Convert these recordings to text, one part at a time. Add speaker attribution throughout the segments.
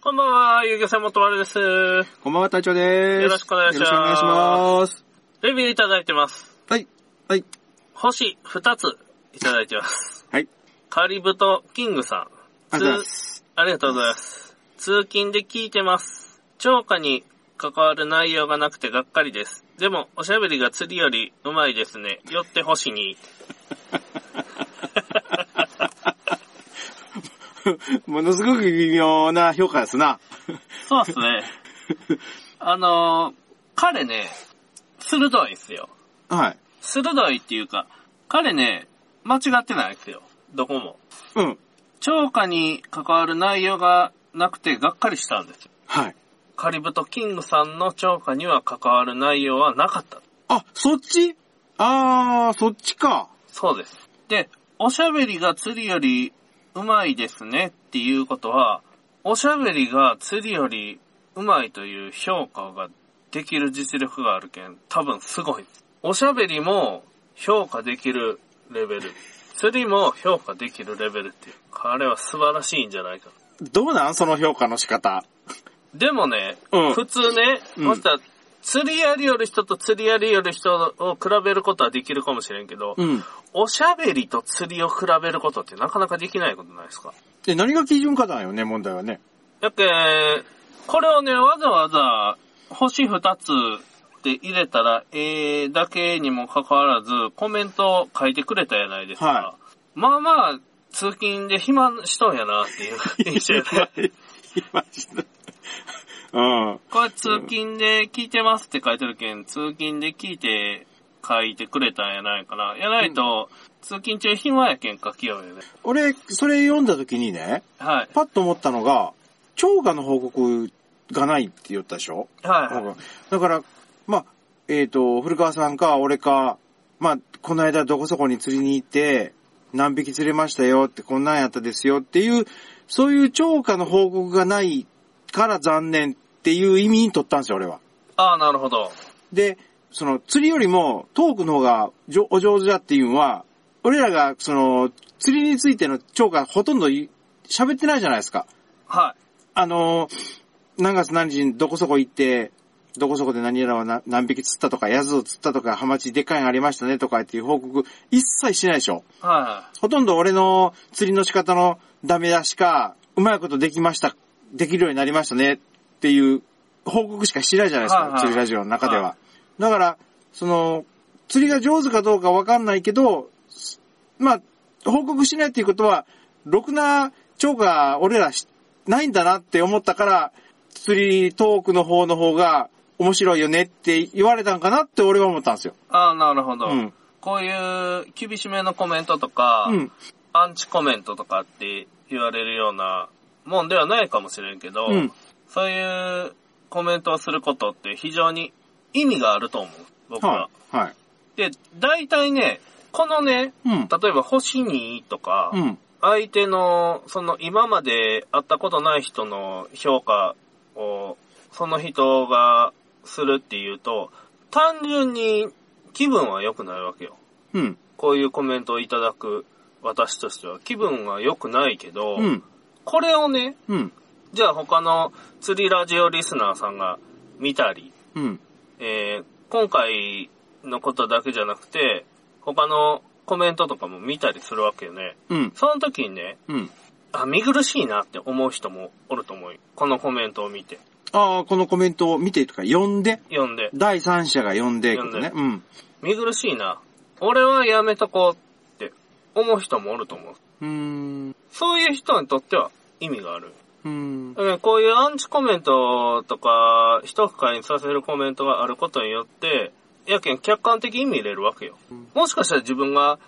Speaker 1: こんばんは、遊漁船元丸です。
Speaker 2: こんばんは、隊長でーす。
Speaker 1: よろしくお願いします
Speaker 2: よろしくお願いします。
Speaker 1: レビューいただいてます。
Speaker 2: はい。はい。
Speaker 1: 星2ついただいてます。
Speaker 2: はい。
Speaker 1: カリブトキングさん。
Speaker 2: ありがとうございます。
Speaker 1: ありがとうございます。通勤で聞いてます。超過に関わる内容がなくてがっかりです。でも、おしゃべりが釣りよりうまいですね。よって星に。
Speaker 2: ものすごく微妙な評価ですな。
Speaker 1: そうです ね。あのー彼ね、鋭いんすよ。
Speaker 2: はい。
Speaker 1: 鋭いっていうか、彼ね、間違ってないんですよ。どこも。
Speaker 2: うん。
Speaker 1: 超過に関わる内容がなくてがっかりしたんですよ。
Speaker 2: はい。
Speaker 1: カリブトキングさんの超過には関わる内容はなかった。
Speaker 2: あ、そっちあー、そっちか。
Speaker 1: そうです。で、おしゃべりが釣りよりうまいですねっていうことは、おしゃべりが釣りよりうまいという評価ができる実力があるけん、多分すごいです。おしゃべりも評価できるレベル。釣りも評価できるレベルっていう。彼は素晴らしいんじゃないか。
Speaker 2: どうなんその評価の仕方。
Speaker 1: でもね、
Speaker 2: うん
Speaker 1: 普通ね、
Speaker 2: うん
Speaker 1: もしかしたら釣りやりよる人と釣りやりよる人を比べることはできるかもしれんけど、
Speaker 2: うん。
Speaker 1: おしゃべりと釣りを比べることってなかなかできないことないですか
Speaker 2: え、何が基準かだよね、問題はね。
Speaker 1: だっけ、これをね、わざわざ星二つって入れたら、えーだけにもかかわらず、コメントを書いてくれたじゃないですか。
Speaker 2: は
Speaker 1: まあまあ、通勤で暇しとんやなっていう印象やね
Speaker 2: 今した。 うん。
Speaker 1: これ通勤で聞いてますって書いてるけん、通勤で聞いて書いてくれたんやないかな。やないと、通勤中暇やけん書きようよね。
Speaker 2: 俺、それ読んだ時にね、
Speaker 1: はい。
Speaker 2: パッと思ったのが、超過の報告がないって言ったでしょ
Speaker 1: はい、はい。
Speaker 2: だから、まあ、えっ、と、古川さんか俺か、まあ、この間どこそこに釣りに行って、何匹釣れましたよって、こんなんやったですよっていう、そういう超過の報告がないから残念っていう意味に取ったんですよ、俺は。
Speaker 1: ああ、なるほど。
Speaker 2: で、その釣りよりもトークの方がじょお上手だっていうのは、俺らがその釣りについての超過ほとんどい喋ってないじゃないですか。
Speaker 1: はい。
Speaker 2: あのー、何月何日にどこそこ行って、どこそこで何やらはな何匹釣ったとか、ヤズを釣ったとか、ハマチでっかいのありましたねとかっていう報告一切しないでしょ。
Speaker 1: は
Speaker 2: ほとんど俺の釣りの仕方のダメ出しか、うまいことできました、できるようになりましたねっていう報告しかしないじゃないですか、
Speaker 1: はいはい
Speaker 2: 釣りラジオの中では。
Speaker 1: は
Speaker 2: だから、その、釣りが上手かどうかわかんないけど、すまあ、報告しないっていうことは、ろくな超が俺らしないんだなって思ったから、釣りトークの方の方が面白いよねって言われたんかなって俺は思ったんですよ。
Speaker 1: い。ああ、なるほど。
Speaker 2: うん。
Speaker 1: こういう厳しめのコメントとか、
Speaker 2: うん。
Speaker 1: アンチコメントとかって言われるようなもんではないかもしれんけど、
Speaker 2: うん。
Speaker 1: そういうコメントをすることって非常に意味があると思う。僕は。
Speaker 2: はい。はい。
Speaker 1: で、大体ね、このね、
Speaker 2: うん。
Speaker 1: 例えば星にとか、
Speaker 2: うん。
Speaker 1: 相手の、その今まで会ったことない人の評価を、その人がするっていうと、単純に気分は良くないわけよ。
Speaker 2: うん。
Speaker 1: こういうコメントをいただく私としては気分は良くないけど、
Speaker 2: うん。
Speaker 1: これをね、
Speaker 2: うん。
Speaker 1: じゃあ他の釣りラジオリスナーさんが見たり、
Speaker 2: うん。
Speaker 1: えー今回のことだけじゃなくて、他のコメントとかも見たりするわけよね。
Speaker 2: うん。
Speaker 1: その時にね、
Speaker 2: うん。
Speaker 1: あ、見苦しいなって思う人もおると思うよ。このコメントを見て、
Speaker 2: ああ、このコメントを見てとか、読んで、
Speaker 1: 読んで、
Speaker 2: 第三者が読んで、ことね。うん。
Speaker 1: 見苦しいな。俺はやめとこうって思う人もおると思う。
Speaker 2: うーん。
Speaker 1: そういう人にとっては意味がある。
Speaker 2: うーん。
Speaker 1: だからこういうアンチコメントとか、一深にさせるコメントがあることによって、やけん客観的に見れるわけよ。もしかしたら自分が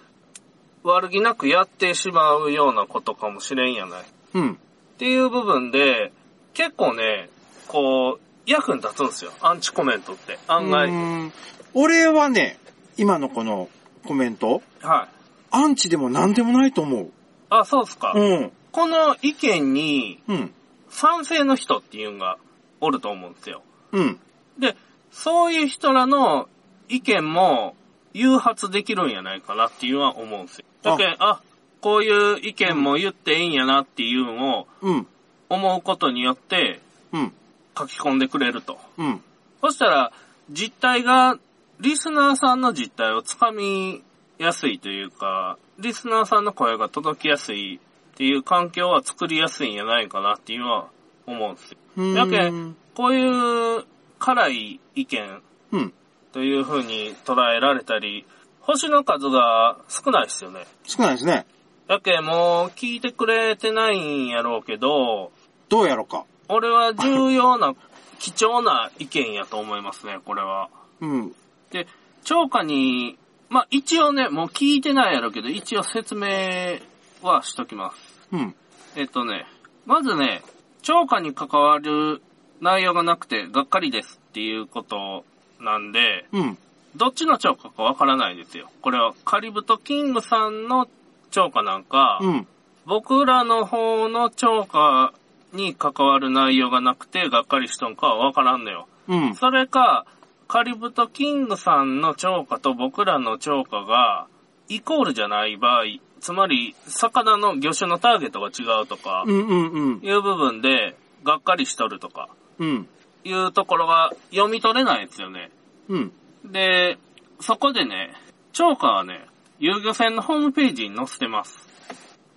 Speaker 1: 悪気なくやってしまうようなことかもしれんやない。っ
Speaker 2: うん。
Speaker 1: ていう部分で、結構ね、こう、役に立つんですよ。アンチコメントって。案
Speaker 2: う
Speaker 1: 外。
Speaker 2: ーん俺はね、今のこのコメント、
Speaker 1: はい。
Speaker 2: アンチでも何でもないと思う。
Speaker 1: あ、そうっすか。
Speaker 2: うん。
Speaker 1: この意見に
Speaker 2: うん。
Speaker 1: 賛成の人っていうのがおると思うんですよ。
Speaker 2: うん。
Speaker 1: で、そういう人らの意見も誘発できるんやないかなっていうのは思うんですよ。だけど、あ、こういう意見も言っていいんやなっていうのを
Speaker 2: うん。
Speaker 1: 思うことによって
Speaker 2: うん。
Speaker 1: 書き込んでくれると。
Speaker 2: うん。
Speaker 1: そしたら、実態が、リスナーさんの実態をつかみやすいというか、リスナーさんの声が届きやすいっていう環境は作りやすいんじゃないかなっていうのは思うんですよ。
Speaker 2: うん。
Speaker 1: やけんこういう辛い意見
Speaker 2: うん。
Speaker 1: という風に捉えられたり、星の数が少ないですよね。
Speaker 2: 少ないですね。
Speaker 1: やけんもう聞いてくれてないんやろうけど、
Speaker 2: どうやろうか。
Speaker 1: 俺は重要な、貴重な意見やと思いますね、これは。
Speaker 2: うん。
Speaker 1: で、超過に、まあ一応ね、もう聞いてないやろうけど、一応説明はしときます。
Speaker 2: うん。
Speaker 1: えっとね、まずね、超過に関わる内容がなくてがっかりですっていうことなんで、
Speaker 2: うん。
Speaker 1: どっちの超過かわからないですよ。これはカリブとキングさんの超過なんか、
Speaker 2: うん。
Speaker 1: 僕らの方の超過に関わる内容がなくてがっかりしとんかはわからんのよ。
Speaker 2: うん。
Speaker 1: それか、カリブとキングさんの超過と僕らの超過が、イコールじゃない場合、つまり、魚の魚種のターゲットが違うとか
Speaker 2: う、ん。うん。
Speaker 1: いう部分で、がっかりしとるとか、
Speaker 2: うん。
Speaker 1: いうところが読み取れないんですよね。
Speaker 2: うん。
Speaker 1: で、そこでね、超過はね、遊漁船のホームページに載せてます。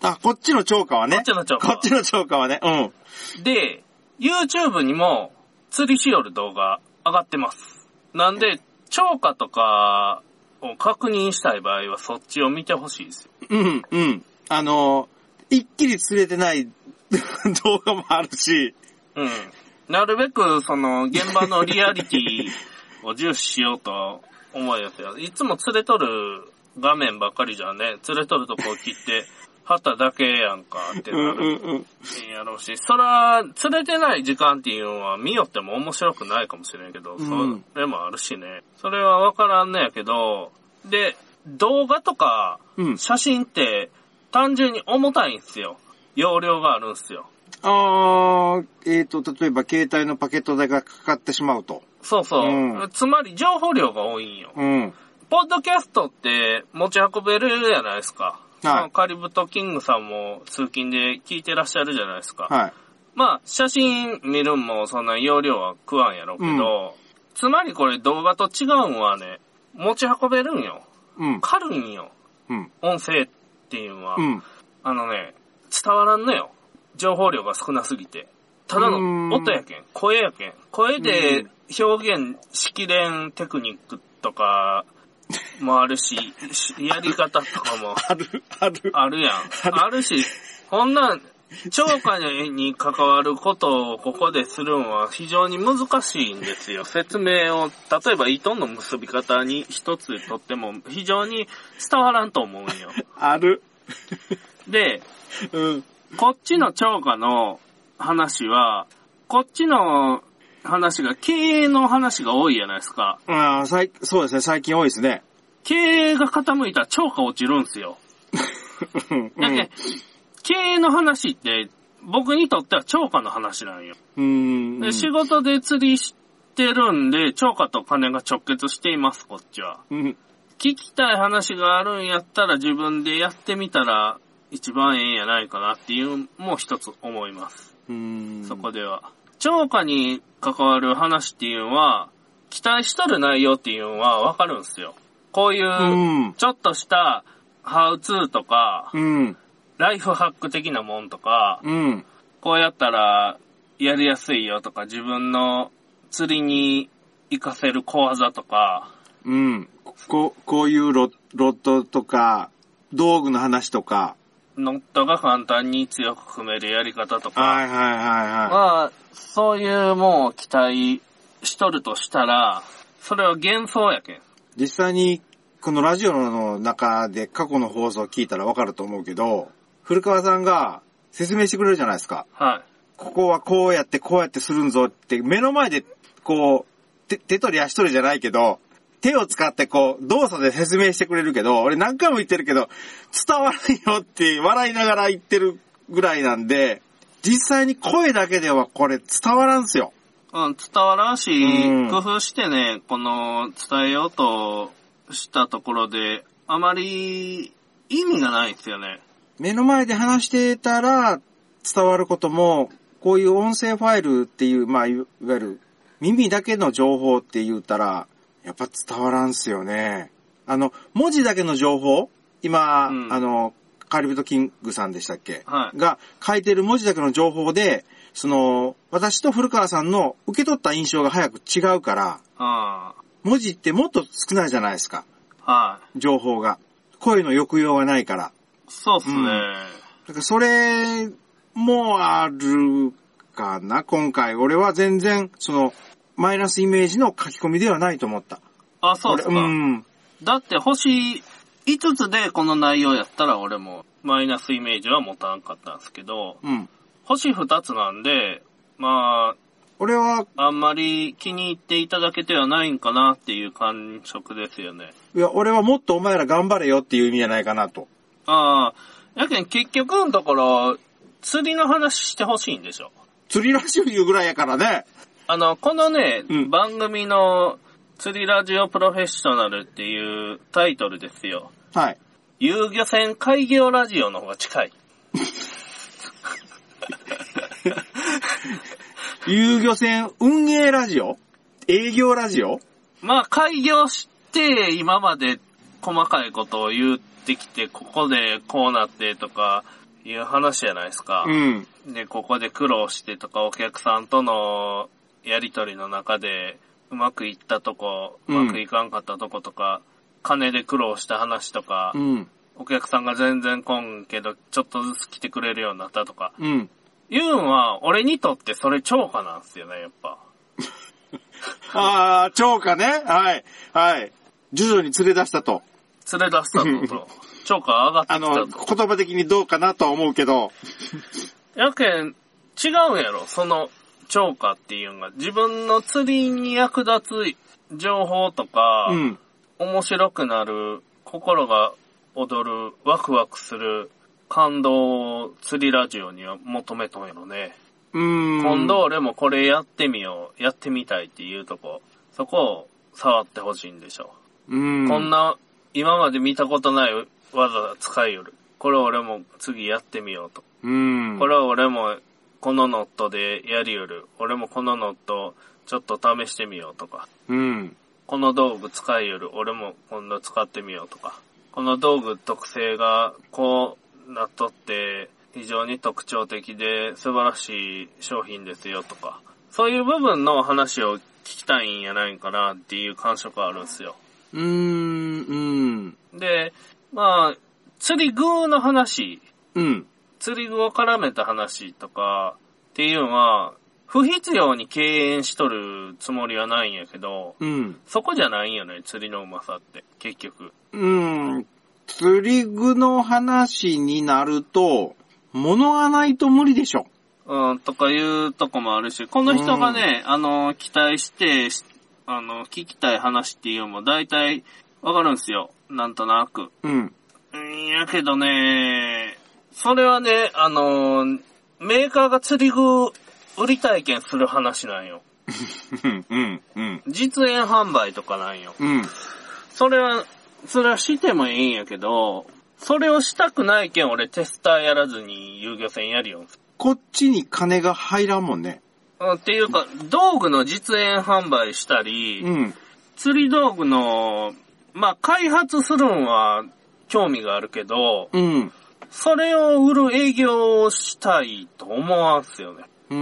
Speaker 2: あ、こっちの超過はね。
Speaker 1: こっちの超過
Speaker 2: こっちの超過はね。うん。
Speaker 1: で、YouTube にも釣りしよる動画上がってます。なんで、超過とかを確認したい場合はそっちを見てほしいですよ。
Speaker 2: うん、うん。あのー、一気に釣れてない 動画もあるし、
Speaker 1: うん。なるべく、その、現場のリアリティを重視しようと思いますよ。いつも釣れとる画面ばっかりじゃね、釣れとるとこを切って、旗だけやんかって
Speaker 2: うん
Speaker 1: な
Speaker 2: うん
Speaker 1: る
Speaker 2: うん。
Speaker 1: やろうし、そら、釣れてない時間っていうのは見よっても面白くないかもしれんけど、
Speaker 2: うん
Speaker 1: それもあるしね。それはわからんのやけど、で、動画とか
Speaker 2: うん。
Speaker 1: 写真って単純に重たいんすよ。容量があるんすよ。
Speaker 2: あー、えっ、と、例えば携帯のパケット代がかかってしまうと。
Speaker 1: そうそう。
Speaker 2: うん
Speaker 1: つまり情報量が多いんよ。
Speaker 2: うん。
Speaker 1: ポッドキャストって持ち運べるじゃないですか。
Speaker 2: はい
Speaker 1: カリブトキングさんも通勤で聞いてらっしゃるじゃないですか。
Speaker 2: はい。
Speaker 1: まあ、写真見るんもそんな容量は食わんやろうけど、
Speaker 2: うん
Speaker 1: つまりこれ動画と違うんはね、持ち運べるんよ。
Speaker 2: うん。
Speaker 1: 軽いんよ。
Speaker 2: うん。
Speaker 1: 音声っていうのは。
Speaker 2: うん。
Speaker 1: あのね、伝わらんのよ。情報量が少なすぎて。ただ
Speaker 2: う
Speaker 1: の
Speaker 2: ん
Speaker 1: 音やけん、声やけん。声で
Speaker 2: うん
Speaker 1: 表現しきれんテクニックとかもあるし、しやり方とかも
Speaker 2: ある、ある。
Speaker 1: あるやん。あるし、こんなん、超過に関わることをここでするのは非常に難しいんですよ。説明を、例えば糸の結び方に一つとっても非常に伝わらんと思うんよ。
Speaker 2: ある。
Speaker 1: で、
Speaker 2: うん。
Speaker 1: こっちの超過の話は、こっちの話が経営の話が多いじゃないですか。
Speaker 2: あー、さい、そうですね、最近多いですね。
Speaker 1: 経営が傾いたら超過落ちるんすよ。
Speaker 2: うん。
Speaker 1: だって、経営の話って僕にとっては超過の話なんよ。
Speaker 2: うん。
Speaker 1: で仕事で釣りしてるんで、超過と金が直結しています、こっちは。
Speaker 2: うん。
Speaker 1: 聞きたい話があるんやったら自分でやってみたら一番ええんやないかなっていうもう一つ思います。
Speaker 2: うん。
Speaker 1: そこでは。超過に関わる話っていうのは、期待しとる内容っていうのはわかるんですよ。こういうう、
Speaker 2: ん。
Speaker 1: ちょっとした、ハウツーとか、
Speaker 2: うん。
Speaker 1: ライフハック的なもんとか、
Speaker 2: うん。
Speaker 1: こうやったらやりやすいよとか、自分の釣りに活かせる小技とか、
Speaker 2: うん。こ、こういうロロッドとか、道具の話とか。
Speaker 1: ノットが簡単に強く組めるやり方と
Speaker 2: は
Speaker 1: か、
Speaker 2: いはいはいは
Speaker 1: まあ、そういうもう期待しとるとしたら、それは幻想やけん。
Speaker 2: い。実際に、このラジオの中で過去の放送を聞いたらわかると思うけど、古川さんが説明してくれるじゃないですか。
Speaker 1: はい。
Speaker 2: ここはこうやってこうやってするんぞって、目の前で、こう、手手取り足取りじゃないけど、手を使ってこう、動作で説明してくれるけど、俺何回も言ってるけど、伝わらんよって笑いながら言ってるぐらいなんで、実際に声だけではこれ伝わらんすよ。
Speaker 1: うん、伝わらんし、
Speaker 2: うん
Speaker 1: 工夫してね、この、伝えようとしたところで、あまり意味がないんですよね。
Speaker 2: 目の前で話してたら伝わることもこういう音声ファイルっていう、まあ、いわゆる耳だけの情報って言うたら、やっぱ伝わらんすよね。あの、文字だけの情報、今、
Speaker 1: うん
Speaker 2: あの、カリブトキングさんでしたっけ、
Speaker 1: はい
Speaker 2: が書いてる文字だけの情報で、その、私と古川さんの受け取った印象が早く違うから、
Speaker 1: あ
Speaker 2: 文字ってもっと少ないじゃないですか。
Speaker 1: あ、はい。
Speaker 2: 情報が。声の抑揚がないから。
Speaker 1: そうっすね。
Speaker 2: うんだからそれもあるかな、今回。俺は全然、その、マイナスイメージの書き込みではないと思った。
Speaker 1: あ、そうっすか。
Speaker 2: 俺うん。
Speaker 1: だって星5つでこの内容やったら俺もマイナスイメージは持たんかったんですけど、
Speaker 2: うん。
Speaker 1: 星2つなんで、ま
Speaker 2: 俺は、
Speaker 1: あ、あんまり気に入っていただけてはないんかなっていう感触ですよね。
Speaker 2: いや、俺はもっとお前ら頑張れよっていう意味じゃないかなと。
Speaker 1: ああ、やけん結局のところ、釣りの話してほしいんでしょ。
Speaker 2: 釣りラジオいうぐらいやからね。
Speaker 1: あの、このね、
Speaker 2: うん
Speaker 1: 番組の釣りラジオプロフェッショナルっていうタイトルですよ。
Speaker 2: はい。
Speaker 1: 遊漁船開業ラジオの方が近い。
Speaker 2: 遊漁船運営ラジオ営業ラジオ
Speaker 1: まあ、開業して、今まで細かいことを言ってきて、ここでこうなってとかいう話じゃないですか。
Speaker 2: うん。
Speaker 1: で、ここで苦労してとか、お客さんとのやりとりの中で、うまくいったとこ、う
Speaker 2: うん
Speaker 1: まくいかんかったとことか、金で苦労した話とか、
Speaker 2: うん。
Speaker 1: お客さんが全然来んけど、ちょっとずつ来てくれるようになったとか、
Speaker 2: うん。
Speaker 1: いうんは、俺にとってそれ超過なんですよね、やっぱ。
Speaker 2: ああ、超かね。はい。はい。徐々に連れ出したと。
Speaker 1: 連れ出したのと、超過上がって
Speaker 2: あ
Speaker 1: きた
Speaker 2: の、
Speaker 1: と。
Speaker 2: 言葉的にどうかなとは思うけど。
Speaker 1: やけん、違うんやろ、その、超過っていうんが。自分の釣りに役立つ情報とか、
Speaker 2: うん。
Speaker 1: 面白くなる、心が踊る、ワクワクする、感動を釣りラジオには求めとんやろね。
Speaker 2: うん。
Speaker 1: 今度俺もこれやってみよう、やってみたいっていうとこ、そこを触ってほしいんでしょ
Speaker 2: うん。
Speaker 1: こんな、今まで見たことない技使いよる。これ俺も次やってみようと。
Speaker 2: うん。
Speaker 1: これは俺もこのノットでやりよる。俺もこのノットちょっと試してみようとか。
Speaker 2: うん。
Speaker 1: この道具使いよる。俺も今度使ってみようとか。この道具特性がこうなっとって非常に特徴的で素晴らしい商品ですよとか。そういう部分の話を聞きたいんやないかなっていう感触はあるんですよ。
Speaker 2: うーん。うん。
Speaker 1: で、まあ、釣り具の話
Speaker 2: うん。
Speaker 1: 釣り具を絡めた話とかっていうのは、不必要に敬遠しとるつもりはないんやけど、
Speaker 2: うん。
Speaker 1: そこじゃないんよね、釣りのうまさって、結局。
Speaker 2: うん。釣り具の話になると、物がないと無理でしょ。
Speaker 1: うん、とかいうとこもあるし、この人がね、あの、期待して、しあの、聞きたい話っていうのも大体わかるんすよ。なんとなく。
Speaker 2: うん。
Speaker 1: うん、やけどね、それはね、あの、メーカーが釣り具売り体験する話なんよ。
Speaker 2: うん。うん。うん。
Speaker 1: 実演販売とかなんよ。
Speaker 2: うん。
Speaker 1: それは、それはしてもいいんやけど、それをしたくないけん俺テスターやらずに遊漁船やるよ。
Speaker 2: こっちに金が入らんもんね。
Speaker 1: うんっていうか、道具の実演販売したり、
Speaker 2: うん。
Speaker 1: 釣り道具の、まあ、開発するんは興味があるけど、
Speaker 2: うん。
Speaker 1: それを売る営業をしたいと思わんすよね。
Speaker 2: うー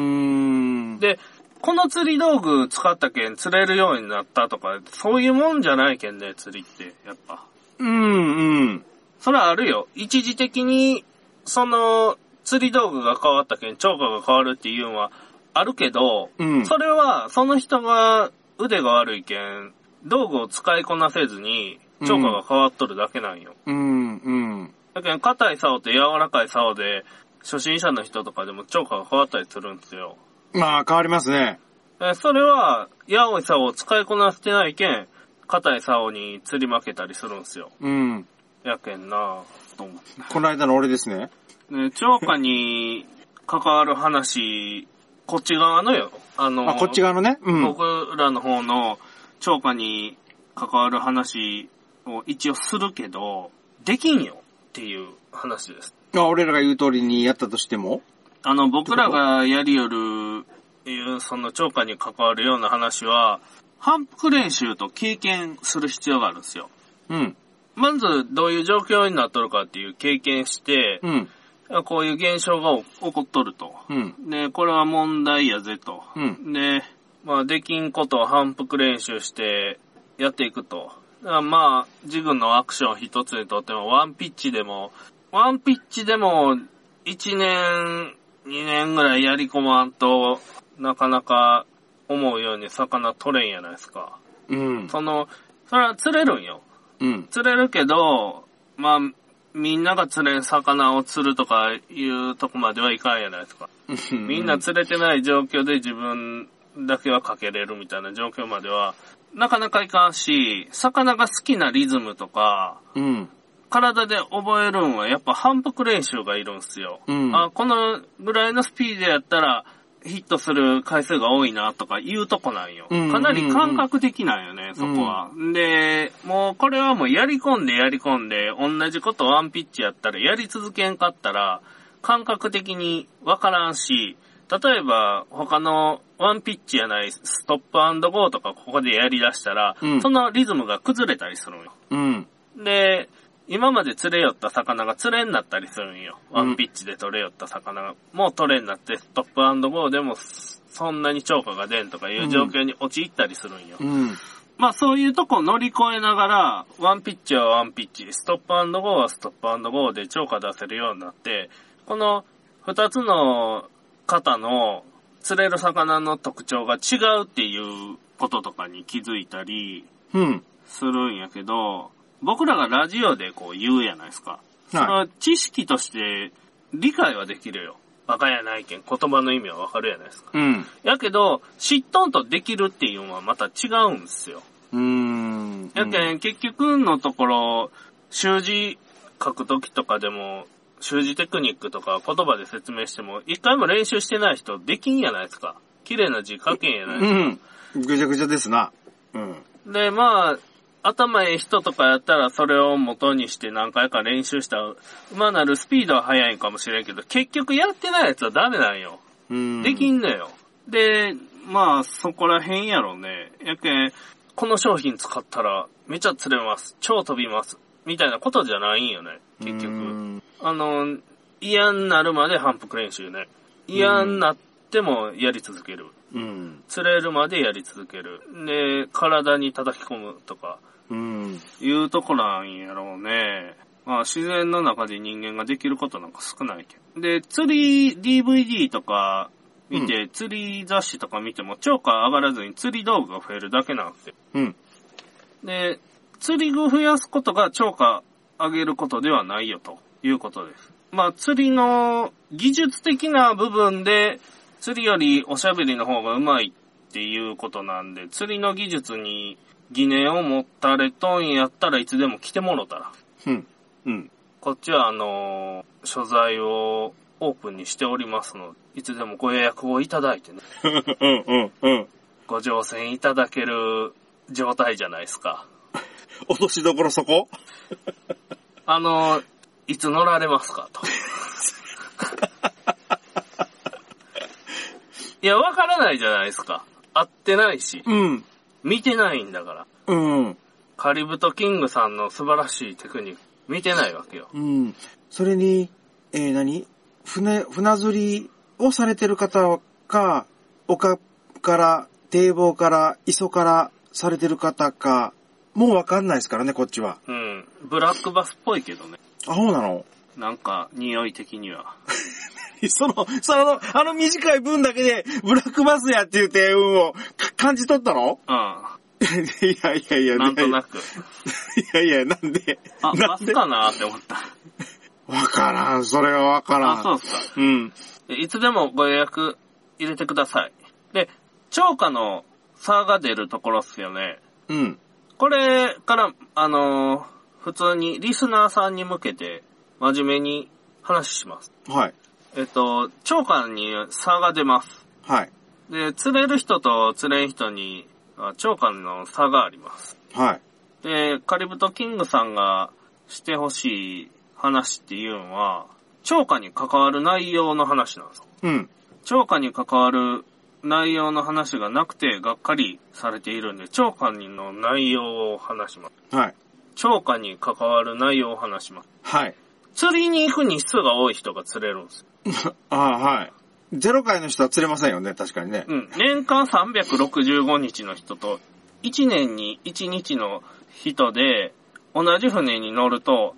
Speaker 2: ん。
Speaker 1: で、この釣り道具使ったけん釣れるようになったとか、そういうもんじゃないけんね、釣りって、やっぱ。
Speaker 2: うん。うん。
Speaker 1: それはあるよ。一時的に、その、釣り道具が変わったけん、釣果が変わるっていうのはあるけど、
Speaker 2: うん
Speaker 1: それは、その人が腕が悪いけん、道具を使いこなせずに、釣果が変わっとるだけなんよ。
Speaker 2: うん。うん。
Speaker 1: だけど、硬い竿と柔らかい竿で、初心者の人とかでも釣果が変わったりするんですよ。
Speaker 2: まあ、変わりますね。
Speaker 1: えそれは、八百い竿を使いこなせてないけん、硬い竿に釣り負けたりするんですよ。
Speaker 2: うん。
Speaker 1: やけんなぁ、と思って
Speaker 2: この間の俺ですね。
Speaker 1: ね、超過に関わる話、こっち側のよ。あの、
Speaker 2: あ、こっち側のね。うん。
Speaker 1: 僕らの方の超過に関わる話を一応するけど、できんよっていう話です。
Speaker 2: あ俺らが言う通りにやったとしても。
Speaker 1: あの、僕らがやりよる、いうその超過に関わるような話は、反復練習と経験する必要があるんですよ。
Speaker 2: うん。
Speaker 1: まず、どういう状況になっとるかっていう経験して、
Speaker 2: うん。
Speaker 1: こういう現象が起こっとると。
Speaker 2: うん。
Speaker 1: で、これは問題やぜと。
Speaker 2: うん。
Speaker 1: で、まあ、できんことを反復練習してやっていくと。だからまあ、ジグのアクション一つにとっても、ワンピッチでも、ワンピッチでも、1年、2年ぐらいやり込まんと、なかなか思うように魚取れんやないですか。
Speaker 2: うん。
Speaker 1: その、それは釣れるんよ。
Speaker 2: うん。
Speaker 1: 釣れるけど、まあ、みんなが釣れん魚を釣るとかいうとこまではいかんやないですか。みんな釣れてない状況で自分だけはかけれるみたいな状況までは、なかなかいかんし、魚が好きなリズムとか、
Speaker 2: うん。
Speaker 1: 体で覚えるんはやっぱ反復練習がいるんすよ。
Speaker 2: うん。
Speaker 1: あ、このぐらいのスピードやったら、ヒットする回数が多いなとかいうとこなんよ。
Speaker 2: うん
Speaker 1: かなり感覚的なんよね、そこは。で、もうこれはもうやり込んでやり込んで、同じことワンピッチやったら、やり続けんかったら、感覚的にわからんし、例えば他のワンピッチやないストップゴーとかここでやり出したら、
Speaker 2: うん
Speaker 1: そのリズムが崩れたりするんよ。
Speaker 2: うん。
Speaker 1: で、今まで釣れよった魚が釣れになったりするんよ。
Speaker 2: うん
Speaker 1: ワンピッチで取れよった魚が。もう取れになって、ストップゴーでも、そんなに超過が出んとかいう状況に陥ったりするんよ。
Speaker 2: うん。
Speaker 1: まあそういうとこを乗り越えながら、ワンピッチはワンピッチ、ストップゴーはストップゴーで超過出せるようになって、この二つの方の釣れる魚の特徴が違うっていうこととかに気づいたり、
Speaker 2: うん。
Speaker 1: するんやけど、僕らがラジオでこう言うやないですか。そ
Speaker 2: は
Speaker 1: の知識として理解はできるよ。バカやないけん、言葉の意味はわかるやないですか。
Speaker 2: い。うん。
Speaker 1: やけど、知っとんとできるっていうのはまた違うんですよ。
Speaker 2: うーん。
Speaker 1: やけん、結局のところ、習字書くときとかでも、習字テクニックとか言葉で説明しても、一回も練習してない人できんやないですか。綺麗な字書けんやないですか。
Speaker 2: うん。ぐちゃぐちゃですな。うん。
Speaker 1: で、まあ、頭ええ人とかやったらそれを元にして何回か練習したら、馬なるスピードは速いんかもしれんけど、結局やってないやつはダメなんよ。
Speaker 2: うん。
Speaker 1: できんのよ。で、まあ、そこら辺やろね。やけん、この商品使ったらめちゃ釣れます。超飛びます。みたいなことじゃないんよね。結
Speaker 2: う
Speaker 1: 局。
Speaker 2: ん。
Speaker 1: あの、嫌になるまで反復練習ね。嫌になってもやり続ける。
Speaker 2: うん。
Speaker 1: 釣れるまでやり続ける。で、体に叩き込むとか、
Speaker 2: うん。
Speaker 1: いうとこなんやろうね。まあ自然の中で人間ができることなんか少ないけど。で、釣り DVD とか見て、釣り雑誌とか見ても、超過上がらずに釣り道具が増えるだけなんですよ。
Speaker 2: うん。
Speaker 1: で、釣り具を増やすことが超過上げることではないよということです。まあ釣りの技術的な部分で、釣りよりおしゃべりの方がうまいっていうことなんで、釣りの技術に疑念を持たれとんやったらいつでも来てもろたら。
Speaker 2: うん。うん。
Speaker 1: こっちはあのー所在をオープンにしておりますので、いつでもご予約をいただいてね、
Speaker 2: うん。うん。うん。
Speaker 1: ご乗船いただける状態じゃないですか。
Speaker 2: 落としどころそこ
Speaker 1: あのーいつ乗られます かと。いや、わからないじゃないですか。会ってないし、
Speaker 2: うん。
Speaker 1: 見てないんだから。
Speaker 2: うん。
Speaker 1: カリブトキングさんの素晴らしいテクニック、見てないわけよ。
Speaker 2: うん。それに、えー、何船、船釣りをされてる方か、丘から、堤防から、磯からされてる方か、もうわかんないですからね、こっちは。
Speaker 1: うん。ブラックバスっぽいけどね。
Speaker 2: あ、そうなの
Speaker 1: なんか、匂い的には。
Speaker 2: その、その、あの短い分だけで、ブラックバスやっていう低運をか感じ取ったの
Speaker 1: う
Speaker 2: いやいやいや、
Speaker 1: ん。なんとな
Speaker 2: く。
Speaker 1: く。
Speaker 2: いやいや、なんで、
Speaker 1: あ、
Speaker 2: な
Speaker 1: バ
Speaker 2: ん
Speaker 1: ス
Speaker 2: で。
Speaker 1: かなって思った。
Speaker 2: わからん、それはわからん。
Speaker 1: あ、そうっす
Speaker 2: う。うん。
Speaker 1: か。いつでもご予約入れてください。で、超過の差が出るところっすよね。
Speaker 2: うん。
Speaker 1: これから、あのー普通にリスナーさんに向けて真面目に話します。
Speaker 2: はい。
Speaker 1: えっと、超過に差が出ます。
Speaker 2: はい。
Speaker 1: で、釣れる人と釣れん人に、あ超過の差があります。
Speaker 2: はい。
Speaker 1: で、カリブトキングさんがしてほしい話っていうのは、釣果に関わる内容の話なんですよ。
Speaker 2: うん。
Speaker 1: 釣果に関わる内容の話がなくてがっかりされているんで、釣果の内容を話します。
Speaker 2: はい。
Speaker 1: 釣果に関わる内容を話します。
Speaker 2: はい。
Speaker 1: 釣りに行く日数が多い人が釣れるんですよ。
Speaker 2: ああ、はい。ゼロ回の人は釣れませんよね、確かにね。
Speaker 1: うん。年間365日の人と、1年に1日の人で、同じ船に乗ると、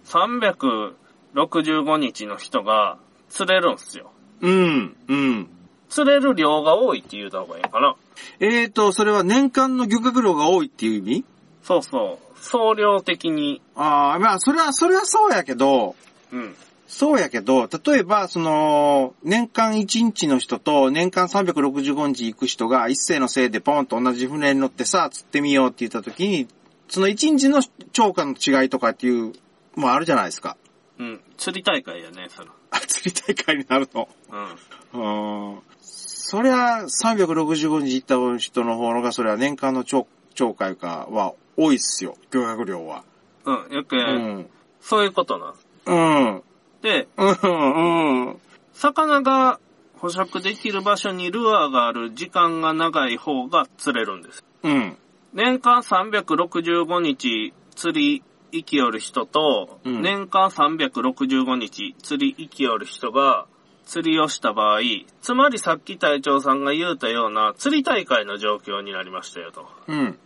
Speaker 1: 365日の人が釣れるんですよ。
Speaker 2: うん、うん。
Speaker 1: 釣れる量が多いって言うた方がいいのかな。
Speaker 2: えーと、それは年間の漁獲量が多いっていう意味
Speaker 1: そうそう。総量的に。
Speaker 2: ああ、まあ、それは、それはそうやけど、
Speaker 1: うん。
Speaker 2: そうやけど、例えば、その、年間1日の人と年間365日行く人が一世のせいでポンと同じ船に乗ってさ、釣ってみようって言った時に、その1日の超過の違いとかっていう、もあるじゃないですか。
Speaker 1: うん。釣り大会やね、それ。
Speaker 2: あ、釣り大会になるの。
Speaker 1: うん。
Speaker 2: うーん。そりゃ、365日行った人の方が、それは年間の超、超過かは多いっすよ。漁獲量は。
Speaker 1: うん。よく、
Speaker 2: うん。
Speaker 1: そういうことなんです。
Speaker 2: うん。
Speaker 1: で、
Speaker 2: うん。うん。
Speaker 1: 魚が捕食できる場所にルアーがある時間が長い方が釣れるんです。
Speaker 2: うん。
Speaker 1: 年間365日釣り生きよる人と、
Speaker 2: うん
Speaker 1: 年間365日釣り生きよる人が釣りをした場合、つまりさっき隊長さんが言うたような釣り大会の状況になりましたよと。
Speaker 2: うん。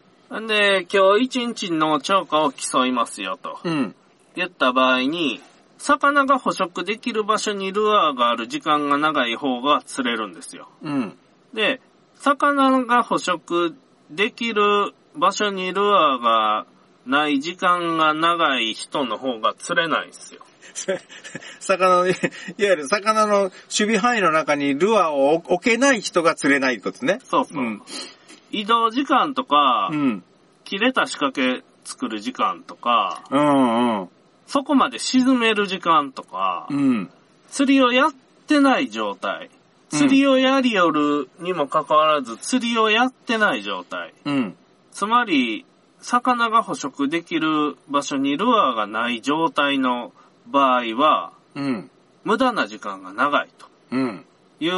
Speaker 1: んで、今日一日の釣果を競いますよと
Speaker 2: うん。
Speaker 1: 言った場合に、魚が捕食できる場所にルアーがある時間が長い方が釣れるんですよ。
Speaker 2: うん。
Speaker 1: で、魚が捕食できる場所にルアーがない時間が長い人の方が釣れないんですよ。
Speaker 2: 魚の、いわゆる魚の守備範囲の中にルアーを置けない人が釣れないことね。
Speaker 1: そうそう。
Speaker 2: うん
Speaker 1: 移動時間とか、
Speaker 2: うん。
Speaker 1: 切れた仕掛け作る時間とか、
Speaker 2: うんうん。
Speaker 1: そこまで沈める時間とか、
Speaker 2: うん。
Speaker 1: 釣りをやってない状態。
Speaker 2: うん
Speaker 1: 釣りをやりよるにもかかわらず、釣りをやってない状態。
Speaker 2: うん。
Speaker 1: つまり、魚が捕食できる場所にルアーがない状態の場合は、
Speaker 2: うん。
Speaker 1: 無駄な時間が長いと
Speaker 2: うん。
Speaker 1: いう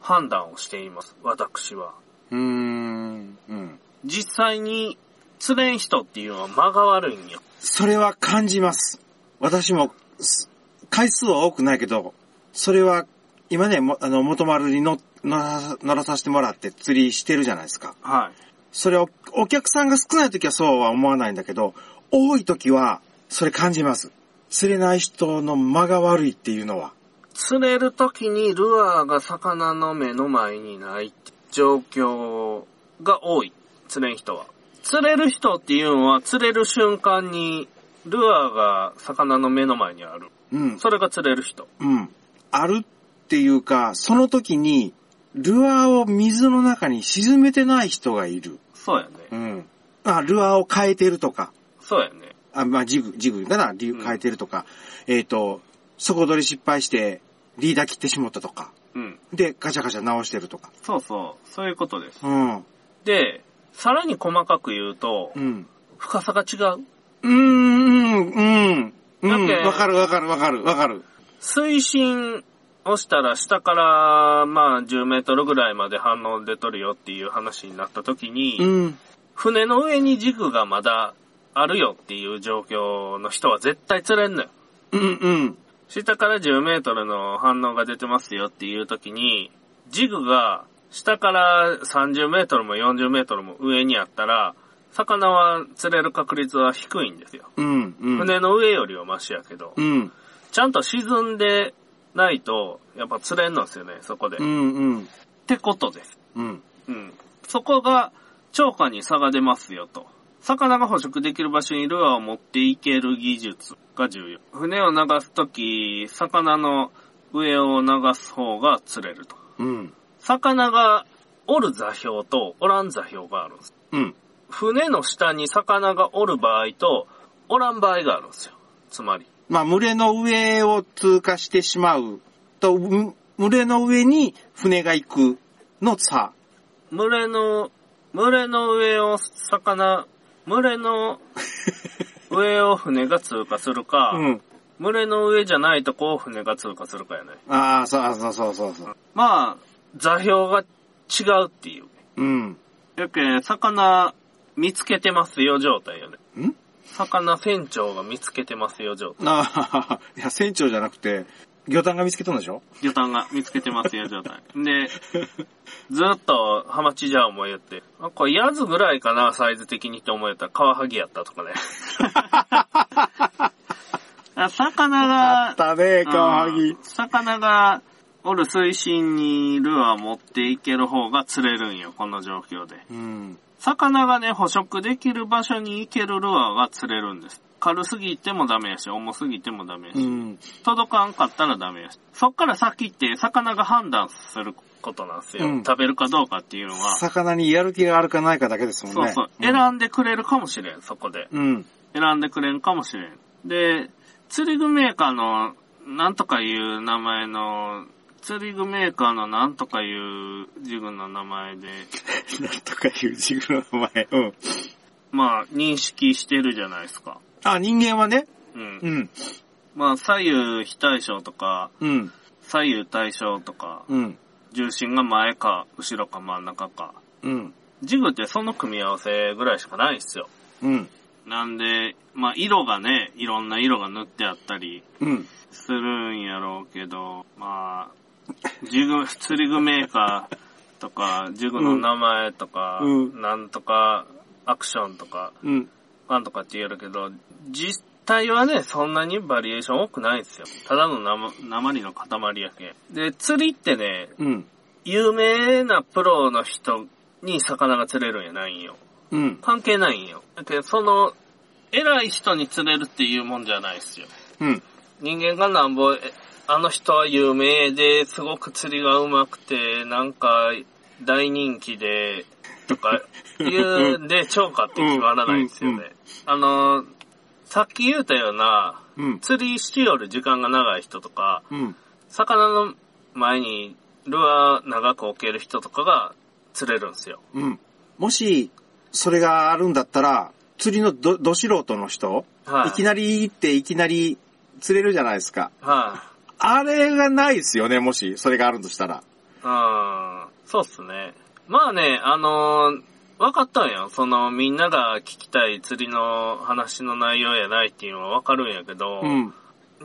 Speaker 1: 判断をしています、私は。
Speaker 2: うーん。うん。
Speaker 1: 実際に釣れん人っていうのは間が悪いんよ。
Speaker 2: それは感じます。私も、す回数は多くないけど、それは、今ね、もあの、元丸に乗乗ら乗らさせてもらって釣りしてるじゃないですか。
Speaker 1: はい。
Speaker 2: それを、お客さんが少ない時はそうは思わないんだけど、多い時は、それ感じます。釣れない人の間が悪いっていうのは。
Speaker 1: 釣れる時にルアーが魚の目の前にないって状況が多い。釣れん人は。釣れる人っていうのは釣れる瞬間にルアーが魚の目の前にある。
Speaker 2: うん。
Speaker 1: それが釣れる人。
Speaker 2: うん。あるっていうか、その時に、ルアーを水の中に沈めてない人がいる。
Speaker 1: そうやね。
Speaker 2: うん。あ、ルアーを変えてるとか、
Speaker 1: そうやね。
Speaker 2: あ、まあ、ジグ、ジグかな、理由変えてるとか、えっ、と、底取り失敗して、リーダー切ってしまったとか、
Speaker 1: うん。
Speaker 2: で、ガチャガチャ直してるとか。
Speaker 1: そうそう。そういうことです。
Speaker 2: うん。
Speaker 1: で、さらに細かく言うと、
Speaker 2: うん。
Speaker 1: 深さが違う。
Speaker 2: うーん、うん、う
Speaker 1: だっ
Speaker 2: ん。
Speaker 1: て
Speaker 2: わかるわかるわかるわかる。
Speaker 1: 水深をしたら下から、まあ、10メートルぐらいまで反応出とるよっていう話になった時に、
Speaker 2: うん。
Speaker 1: 船の上に軸がまだあるよっていう状況の人は絶対釣れんのよ。
Speaker 2: うん、うん。
Speaker 1: 下から10メートルの反応が出てますよっていう時に、ジグが下から30メートルも40メートルも上にあったら、魚は釣れる確率は低いんですよ。
Speaker 2: うん、うん。
Speaker 1: 船の上よりはマシやけど、
Speaker 2: うん、
Speaker 1: ちゃんと沈んでないと、やっぱ釣れんのですよね、そこで。
Speaker 2: う
Speaker 1: っ
Speaker 2: ん、うん。
Speaker 1: てことです。
Speaker 2: うん。
Speaker 1: うん。そこが、超過に差が出ますよと。魚が捕食できる場所にルアーを持っていける技術が重要。船を流すとき、魚の上を流す方が釣れると。
Speaker 2: うん。
Speaker 1: 魚がおる座標とおらん座標があるんです。
Speaker 2: うん。
Speaker 1: 船の下に魚がおる場合とおらん場合があるんですよ。つまり。
Speaker 2: まあ、群れの上を通過してしまうと、む群れの上に船が行くの差。
Speaker 1: 群れの、群れの上を魚、群れの上を船が通過するか、
Speaker 2: うん。
Speaker 1: 群れの上じゃないとこを船が通過するかやね。
Speaker 2: ああ、そうそうそうそうそう。
Speaker 1: まあ、座標が違うっていう。
Speaker 2: うん。
Speaker 1: やけん、魚見つけてますよ状態よね。
Speaker 2: ん
Speaker 1: 魚船長が見つけてますよ状態。
Speaker 2: ああ、いや、船長じゃなくて、魚探が見つけたんでしょ
Speaker 1: 魚探が見つけてますよ状態。で、 ずっとハマチじゃ思いよって。あこれヤズぐらいかな、サイズ的にって思えたらカワハギやったとかね。 あ魚
Speaker 2: あ
Speaker 1: が
Speaker 2: っ、たね、カワハ
Speaker 1: う
Speaker 2: ギ
Speaker 1: ん。魚がおる水深にルアー持っていける方が釣れるんよ、この状況で。
Speaker 2: うん。
Speaker 1: 魚がね、捕食できる場所に行けるルアーが釣れるんです。軽すぎてもダメやし、重すぎてもダメやし、
Speaker 2: うん。
Speaker 1: 届かんかったらダメやし。そっから先って魚が判断することなんですよ。
Speaker 2: うん
Speaker 1: 食べるかどうかっていうのは。
Speaker 2: 魚にやる気があるかないかだけですもん
Speaker 1: そう
Speaker 2: ね。
Speaker 1: そう。
Speaker 2: ん
Speaker 1: 選んでくれるかもしれん、そこで。
Speaker 2: うん。
Speaker 1: 選んでくれんかもしれん。で、釣り具メーカーの、なんとかいう名前の、釣り具メーカーのなんとかいうジグの名前で、
Speaker 2: なんとかいうジグの名前。うん。
Speaker 1: まあ、認識してるじゃないですか。
Speaker 2: あ、人間はね。
Speaker 1: うん
Speaker 2: う。ん。
Speaker 1: まあ、左右非対称とか、
Speaker 2: うん。
Speaker 1: 左右対称とか、
Speaker 2: うん。
Speaker 1: 重心が前か、後ろか真ん中か。
Speaker 2: うん。
Speaker 1: ジグってその組み合わせぐらいしかないっすよ。
Speaker 2: うん。
Speaker 1: なんで、まあ、色がね、いろんな色が塗ってあったり、
Speaker 2: うん。
Speaker 1: するんやろうけど、まあ、ジグ、釣り具メーカーとか、ジグの名前とか、
Speaker 2: うん
Speaker 1: なんとか、アクションとか、
Speaker 2: うん。
Speaker 1: なんとかって言えるけど、実態はね、そんなにバリエーション多くないんですよ。ただのなま、鉛の塊やけん。で、釣りってね、
Speaker 2: うん。
Speaker 1: 有名なプロの人に魚が釣れるんやないんよ。
Speaker 2: うん。
Speaker 1: 関係ないんよ。だって、その、偉い人に釣れるっていうもんじゃないっすよ。
Speaker 2: うん。
Speaker 1: 人間がなんぼ、えあの人は有名で、すごく釣りが上手くて、なんか、大人気で、と か、言うんで、超かって決まらないんですよ
Speaker 2: うんうん
Speaker 1: ね。あの、さっき言ったような、
Speaker 2: うん。
Speaker 1: 釣りしてよる時間が長い人とか、
Speaker 2: うん。
Speaker 1: 魚の前にルアー長く置ける人とかが釣れるんですよ。
Speaker 2: うん。もし、それがあるんだったら、釣りのど、ど素人の人、
Speaker 1: はい。
Speaker 2: いきなり行っていきなり釣れるじゃないですか。
Speaker 1: は
Speaker 2: あれがないですよね、もし、それがあるとしたら。
Speaker 1: い、うん。そうっすね。まあね、あのー分かったんよ。その、みんなが聞きたい釣りの話の内容やないっていうのは分かるんやけど、
Speaker 2: うん。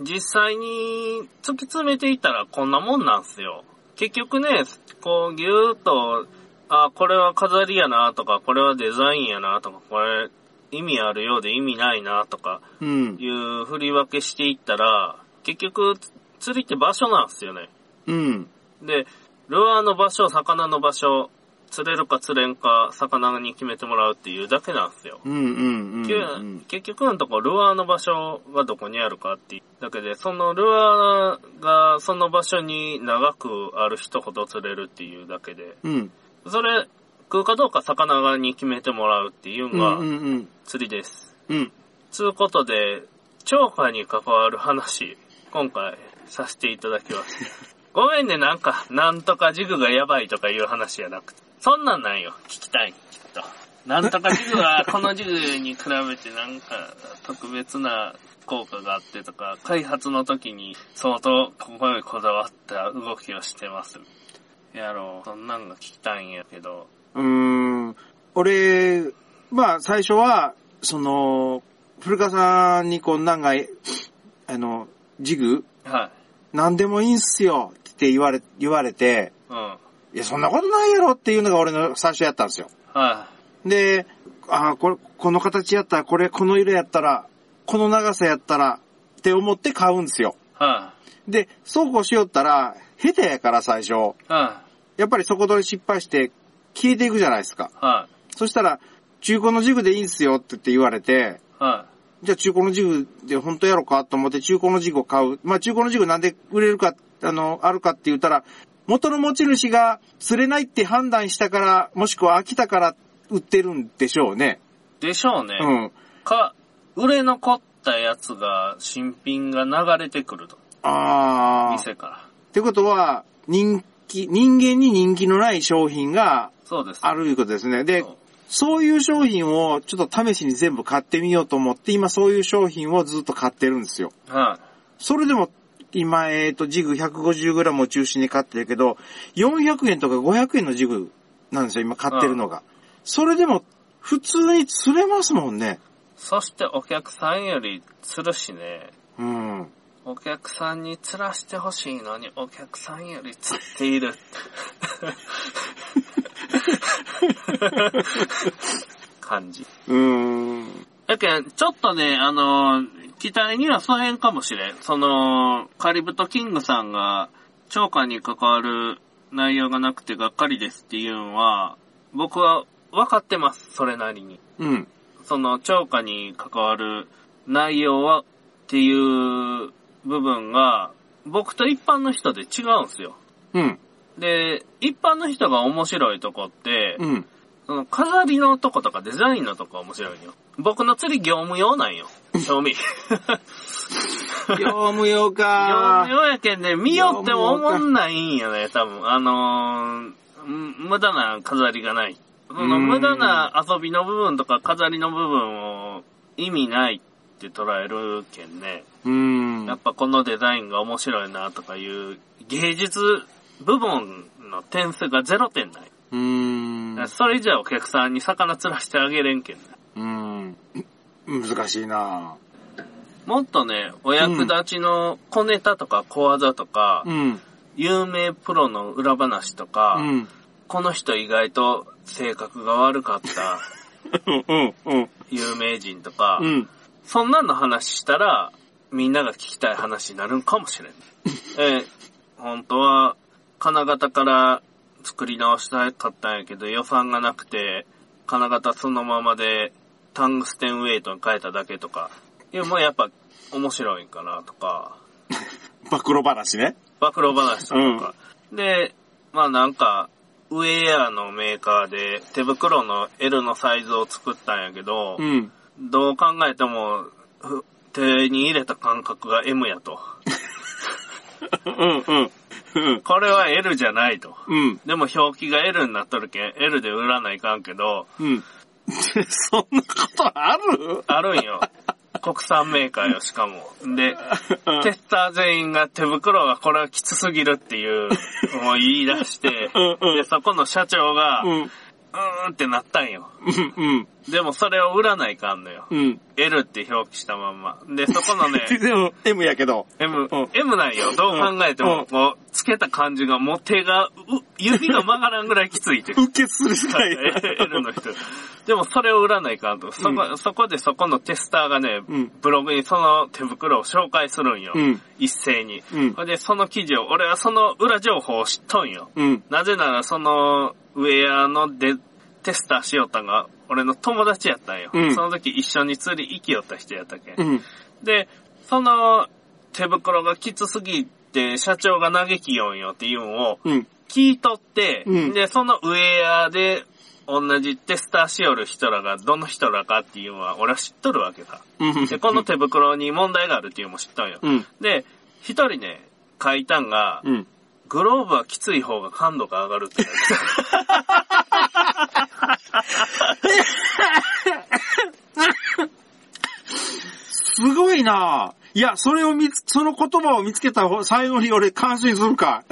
Speaker 1: 実際に突き詰めていったらこんなもんなんすよ。結局ね、こうぎゅーっと、あ、これは飾りやなとか、これはデザインやなとか、これ意味あるようで意味ないなとか
Speaker 2: うん。
Speaker 1: いう振り分けしていったら、結局釣りって場所なんすよね。
Speaker 2: うん。
Speaker 1: で、ルアーの場所、魚の場所、釣れるか釣れんか、魚に決めてもらうっていうだけなんですよ。
Speaker 2: うん。うん。うん。うん。
Speaker 1: 結局のとこルアーの場所がどこにあるかっていうだけで、そのルアーがその場所に長くある人ほど釣れるっていうだけで、
Speaker 2: うん。
Speaker 1: それ、食うかどうか魚に決めてもらうっていう
Speaker 2: う
Speaker 1: のが
Speaker 2: ん。うん。
Speaker 1: 釣りです。
Speaker 2: うん。
Speaker 1: つうことで、釣果に関わる話、今回させていただきます。ごめんね、なんか、なんとかジグがやばいとかいう話じゃなくて。そんなんなんよ、聞きたい、きっと。なんとかジグは、このジグに比べてなんか、特別な効果があってとか、開発の時に相当、ここよりこだわった動きをしてます。やろう、そんなんが聞きたいんやけど。
Speaker 2: うーん。俺、まあ、最初は、その、古川さんにこんなんが、えあの、ジグ、
Speaker 1: はい。
Speaker 2: なんでもいいんすよって言われ、言われて、
Speaker 1: うん。はい
Speaker 2: や、そんなことないやろっていうのが俺の最初やったんですよ。
Speaker 1: い。
Speaker 2: で、ああ、これ、この形やったら、これ、この色やったら、この長さやったら、って思って買うんですよ。
Speaker 1: は
Speaker 2: で、そうこうしよったら、下手やから最初。
Speaker 1: い。は
Speaker 2: やっぱりそこで失敗して、消えていくじゃないですか。
Speaker 1: い。はい。
Speaker 2: そしたら、中古のジグでいいんすよって言って言われて、
Speaker 1: はい。
Speaker 2: じゃあ中古のジグで本当やろうかと思って中古のジグを買う。まあ中古のジグなんで売れるか、あの、あるかって言ったら、元の持ち主が釣れないって判断したから、もしくは飽きたから売ってるんでしょうね。
Speaker 1: でしょうね。
Speaker 2: うん。
Speaker 1: か、売れ残ったやつが、新品が流れてくると。
Speaker 2: あー。っ
Speaker 1: 店から。
Speaker 2: てことは、人気、人間に人気のない商品が
Speaker 1: そうです。
Speaker 2: あるいうことですね。で
Speaker 1: そ、う
Speaker 2: そういう商品をちょっと試しに全部買ってみようと思って、今そういう商品をずっと買ってるんですよ。
Speaker 1: は
Speaker 2: それでも、今、えっ、と、ジグ 150g を中心に買ってるけど、400円とか500円のジグなんですよ、今買ってるのが。それでも、普通に釣れますもんね。
Speaker 1: そしてお客さんより釣るしね、
Speaker 2: うん。
Speaker 1: お客さんに釣らしてほしいのに、お客さんより釣っている。 感じ。
Speaker 2: うん。
Speaker 1: だけど、ちょっとね、あのー期待にはその辺かもしれん。その、カリブトキングさんが、超過に関わる内容がなくてがっかりですっていうのは、僕は分かってます、それなりに。
Speaker 2: うん。
Speaker 1: その、超過に関わる内容は、っていう部分が、僕と一般の人で違うんですよ。
Speaker 2: うん。
Speaker 1: で、一般の人が面白いとこって、
Speaker 2: うん。
Speaker 1: その飾りのとことかデザインのとこは面白いのよ。僕の釣り業務用なんよ。賞味。
Speaker 2: 業務用
Speaker 1: 業務
Speaker 2: か。
Speaker 1: 用やけんね、見よっても思んないんよね、多分。あのー、ん無駄な飾りがない。そう
Speaker 2: ー
Speaker 1: の
Speaker 2: ん
Speaker 1: 無駄な遊びの部分とか飾りの部分を意味ないって捉えるけんね。
Speaker 2: うん。
Speaker 1: やっぱこのデザインが面白いなとかいう芸術部門の点数が0点ない。
Speaker 2: うん。
Speaker 1: それじゃお客さんに魚釣らしてあげれんけんね。
Speaker 2: うん。難しいな
Speaker 1: もっとね、お役立ちの小ネタとか小技とか、
Speaker 2: うん。
Speaker 1: 有名プロの裏話とか、
Speaker 2: うん。
Speaker 1: この人意外と性格が悪か った
Speaker 2: うん。うん。
Speaker 1: 有名人とか、
Speaker 2: うん。
Speaker 1: そんなんの話したら、みんなが聞きたい話になるんかも しれん。えー本当は、金型から作り直したかったんやけど、予算がなくて、金型そのままで、タングステンウェイトに変えただけとか、いや、もうやっぱ、面白いんかな、とか、
Speaker 2: 暴露話ね。
Speaker 1: 暴露話とか、で、まあなんか、ウェアのメーカーで手袋の L のサイズを作ったんやけど、
Speaker 2: ん。
Speaker 1: どう考えても、ふ手に入れた感覚が M やと。
Speaker 2: うん。うん。うん。
Speaker 1: これは L じゃないと。
Speaker 2: うん。
Speaker 1: でも表記が L になっとるけん、L で売らないかんけど、
Speaker 2: うん。そんなことある
Speaker 1: あるん よ。国産メーカーよ、しかも。で、テスター全員が手袋がこれはきつすぎるっていう、もう言い出して
Speaker 2: うん、うん
Speaker 1: で、そこの社長が、
Speaker 2: う。
Speaker 1: うんーんってなったんよ。
Speaker 2: うん。うん。
Speaker 1: でもそれを売らないかんのよ。
Speaker 2: うん。
Speaker 1: L って表記したまんま。で、そこの ね、
Speaker 2: でも、M やけど。
Speaker 1: M
Speaker 2: うん、
Speaker 1: M なんよ。どう考えても、
Speaker 2: う
Speaker 1: もう、つけた感じが、もう手が、う指が曲がらんぐらいきつ いってる。
Speaker 2: 受けするしか
Speaker 1: L の人。でもそれを売らないかんと。そこ、そこでそこのテスターがね、
Speaker 2: うん
Speaker 1: ブログにその手袋を紹介するんよ。
Speaker 2: うん
Speaker 1: 一斉に。
Speaker 2: うん
Speaker 1: ほで、その記事を、俺はその裏情報を知っとんよ。
Speaker 2: うん。
Speaker 1: なぜなら、その、ウェアのでテスターしよったんが、俺の友達やったんよ。
Speaker 2: うん
Speaker 1: その時一緒に釣り行きよった人やったけん。
Speaker 2: うん。
Speaker 1: で、その手袋がきつすぎて社長が嘆きよんよっていうのを
Speaker 2: うん。
Speaker 1: 聞いとって、
Speaker 2: うん
Speaker 1: で、そのウェアで同じテスターしよる人らがどの人らかっていうのは俺は知っとるわけさ。
Speaker 2: うん。
Speaker 1: で、この手袋に問題があるっていうのも知ったんよ。
Speaker 2: うん。
Speaker 1: で、一人ね、書いたんが、
Speaker 2: うん。
Speaker 1: グローブはきつい方が感度が上がるってやつ。
Speaker 2: すごいなぁ。いや、それを見つ、その言葉を見つけた最後に俺感心するか。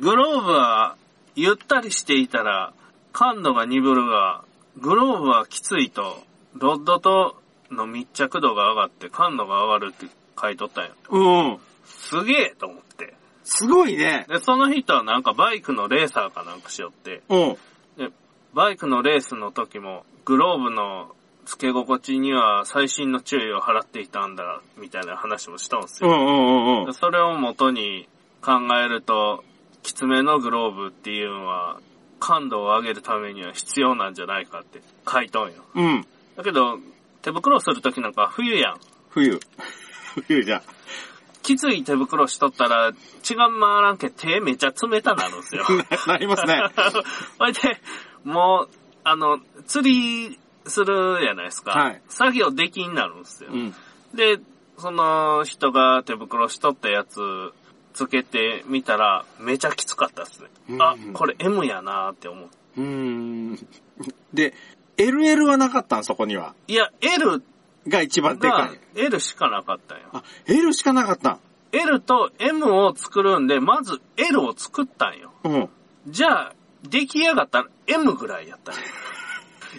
Speaker 1: グローブはゆったりしていたら感度が鈍るが、グローブはきついと、ロッドとの密着度が上がって感度が上がるって書いとったんや。
Speaker 2: うん。
Speaker 1: すげえと思って。
Speaker 2: すごいね。
Speaker 1: で、その人はなんかバイクのレーサーかなんかしよって、
Speaker 2: うん。
Speaker 1: でバイクのレースの時もグローブの付け心地には細心の注意を払っていたんだ、みたいな話もしたんです
Speaker 2: う
Speaker 1: よ。
Speaker 2: んうんうんうん。
Speaker 1: それを元に考えると、きつめのグローブっていうのは、感度を上げるためには必要なんじゃないかって書いとんよ。
Speaker 2: うん。
Speaker 1: だけど、手袋するときなんか冬やん。
Speaker 2: 冬。 冬じゃ。
Speaker 1: きつい手袋しとったら、血が回らんけ手めっちゃ冷たなるん ですよ。
Speaker 2: なりますね。
Speaker 1: ほいで、もう、あの、釣りするじゃないですか。
Speaker 2: はい
Speaker 1: 作業できになるんですよ。
Speaker 2: うん。
Speaker 1: で、その人が手袋しとったやつつけてみたら、めちゃきつかったっすね。あ
Speaker 2: うん、
Speaker 1: これ M やなーって思う。
Speaker 2: うーん。で、LL はなかったんそこには。
Speaker 1: いや、L
Speaker 2: が一番でか
Speaker 1: が
Speaker 2: い。
Speaker 1: L しかなかったんよ。
Speaker 2: あ、L しかなかったん
Speaker 1: L と M を作るんで、まず L を作ったんよ。
Speaker 2: うん。
Speaker 1: じゃあ、出来上がったら M ぐらいやったん よ。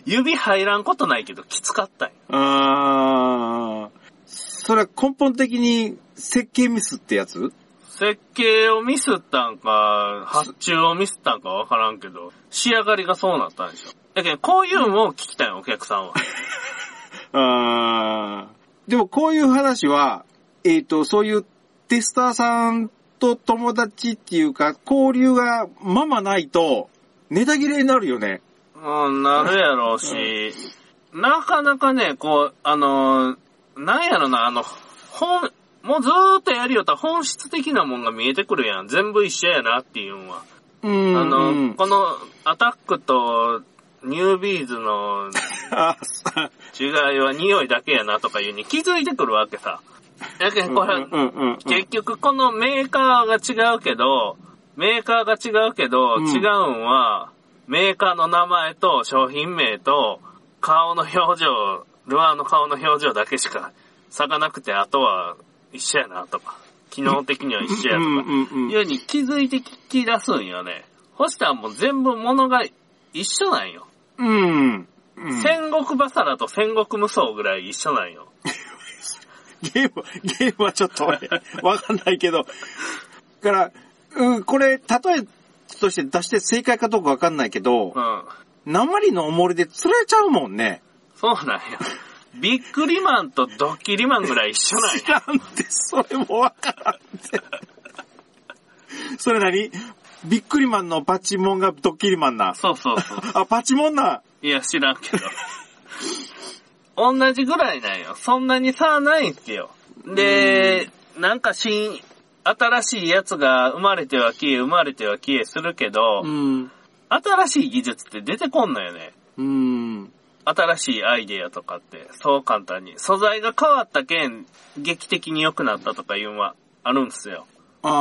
Speaker 1: 指入らんことないけど、きつかったんよ。
Speaker 2: あー。それは根本的に設計ミスってやつ
Speaker 1: 設計をミスったんか、発注をミスったんかわからんけど、仕上がりがそうなったんでしょ。だけど、こういうのを聞きたいよ、お客さんは。
Speaker 2: あー。でもこういう話は、えっ、と、そういうテスターさんと友達っていうか、交流がままないと、ネタ切れになるよね。
Speaker 1: うん、なるやろうし、なかなかね、こう、あのーなんやろな、あの、本、もうずーっとやりよったら本質的なもんが見えてくるやん。全部一緒やなっていうのは。
Speaker 2: うん。
Speaker 1: あの、
Speaker 2: うん
Speaker 1: このアタックとニュービーズの
Speaker 2: あ、さ
Speaker 1: 違いは匂いだけやなとかいうに気づいてくるわけさ。だけどこれ、
Speaker 2: うんうんうん
Speaker 1: 結局このメーカーが違うけど、メーカーが違うけど、
Speaker 2: うん
Speaker 1: 違うんは、メーカーの名前と商品名と、顔の表情、ルアーの顔の表情だけしか差がなくて、あとは一緒やなとか、機能的には一緒やと
Speaker 2: うん
Speaker 1: か、
Speaker 2: うんうん
Speaker 1: いうに気づいて聞き出すんよね。星田はもう全部物が一緒なんよ。
Speaker 2: うん。うん
Speaker 1: 戦国バサラと戦国無双ぐらい一緒なんよ。
Speaker 2: ゲーム、ゲームはちょっと俺わかんないけど。だから、うん、これ、例えとして出して正解かどうかわかんないけど
Speaker 1: う、ん。
Speaker 2: 鉛のおもりで釣れちゃうもんね。
Speaker 1: そうなんや。ビックリマンとドッキリマンぐらい一緒なんや
Speaker 2: 知。らんて、それもわからんて。それ何ビックリマンのパチモンがドッキリマンな。
Speaker 1: そうそうそう。
Speaker 2: あ、パチモンな。
Speaker 1: いや、知らんけど。同じぐらいなんよ。そんなに差はないんすよ。で、なんか新、新しいやつが生まれては消え、生まれては消えするけど、
Speaker 2: ん。
Speaker 1: 新しい技術って出てこんのよね。
Speaker 2: うん。
Speaker 1: 新しいアイデアとかって、そう簡単に。素材が変わったけん、劇的に良くなったとかいうのはあるんすよ。
Speaker 2: あ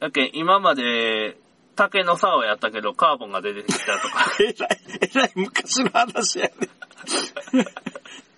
Speaker 2: ー。
Speaker 1: だけん今まで、竹の竿やったけど、カーボンが出てきたとか。
Speaker 2: えらい、えらい昔の話やね。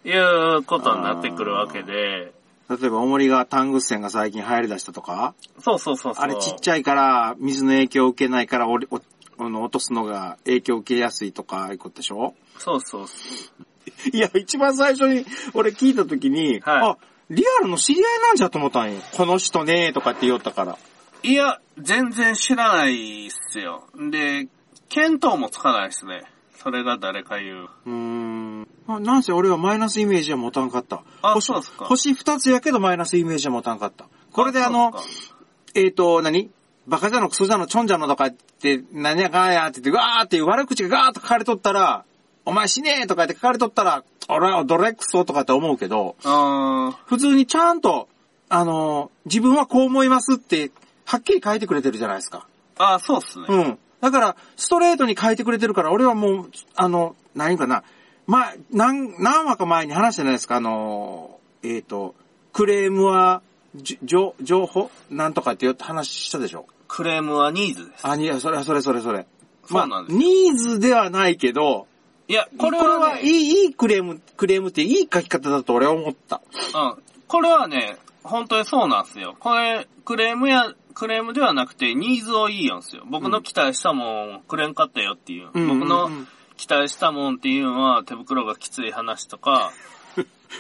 Speaker 1: いうことになってくるわけで、
Speaker 2: 例えば、重りがタングステンが最近流行り出したとか
Speaker 1: そうそうそうそう。
Speaker 2: あれちっちゃいから、水の影響を受けないから、おりおあの落とすのが影響を受けやすいとか、いうことでしょ
Speaker 1: そうそうそう。
Speaker 2: いや、一番最初に、俺聞いたときに、
Speaker 1: はい
Speaker 2: あ、リアルの知り合いなんじゃと思ったんよ。この人ね、とかって言おったから。
Speaker 1: いや、全然知らないっすよ。で、見当もつかないっすね。それが誰か言う。
Speaker 2: うーん。あなんせ俺はマイナスイメージは持たんかった。
Speaker 1: あ
Speaker 2: 星
Speaker 1: そうっすか
Speaker 2: 星二つやけどマイナスイメージは持たんかった。これであの、
Speaker 1: そうっす
Speaker 2: えっ、と、何バカじゃの、クソじゃの、ちょんじゃのとかって、何やかんやって言って、わーって悪口がガーッと書かれとったら、お前死ねーとかって書かれとったら、俺はどれクソとかって思うけど、
Speaker 1: かうーん。
Speaker 2: 普通にちゃんと、あのー自分はこう思いますって、はっきり書いてくれてるじゃないですか。
Speaker 1: あ、そうっすね。
Speaker 2: うん。だから、ストレートに書いてくれてるから、俺はもう、あの、何かな、ま、何、何話か前に話してないですか、あのー、えっ、と、クレームは、じょ、情報なんとかって言って話したでしょ
Speaker 1: クレームはニーズです。
Speaker 2: あ、いや、それ、それ、それ、それ。
Speaker 1: そう
Speaker 2: ま
Speaker 1: な
Speaker 2: あ
Speaker 1: ん、です
Speaker 2: ニーズではないけど、
Speaker 1: いや、
Speaker 2: こ
Speaker 1: こ
Speaker 2: れ
Speaker 1: れ
Speaker 2: は,、
Speaker 1: は、
Speaker 2: い
Speaker 1: ね、
Speaker 2: い、いいクレーム、クレームっていい書き方だと俺は思った。
Speaker 1: うん。これはね、本当にそうなんすよ。これ、クレームや、クレームではなくて、ニーズをいいよんすよ。僕の期待したもん、くれんかったよっていう。
Speaker 2: うんうんうん
Speaker 1: 僕の期待したもんっていうのは、手袋がきつい話とか、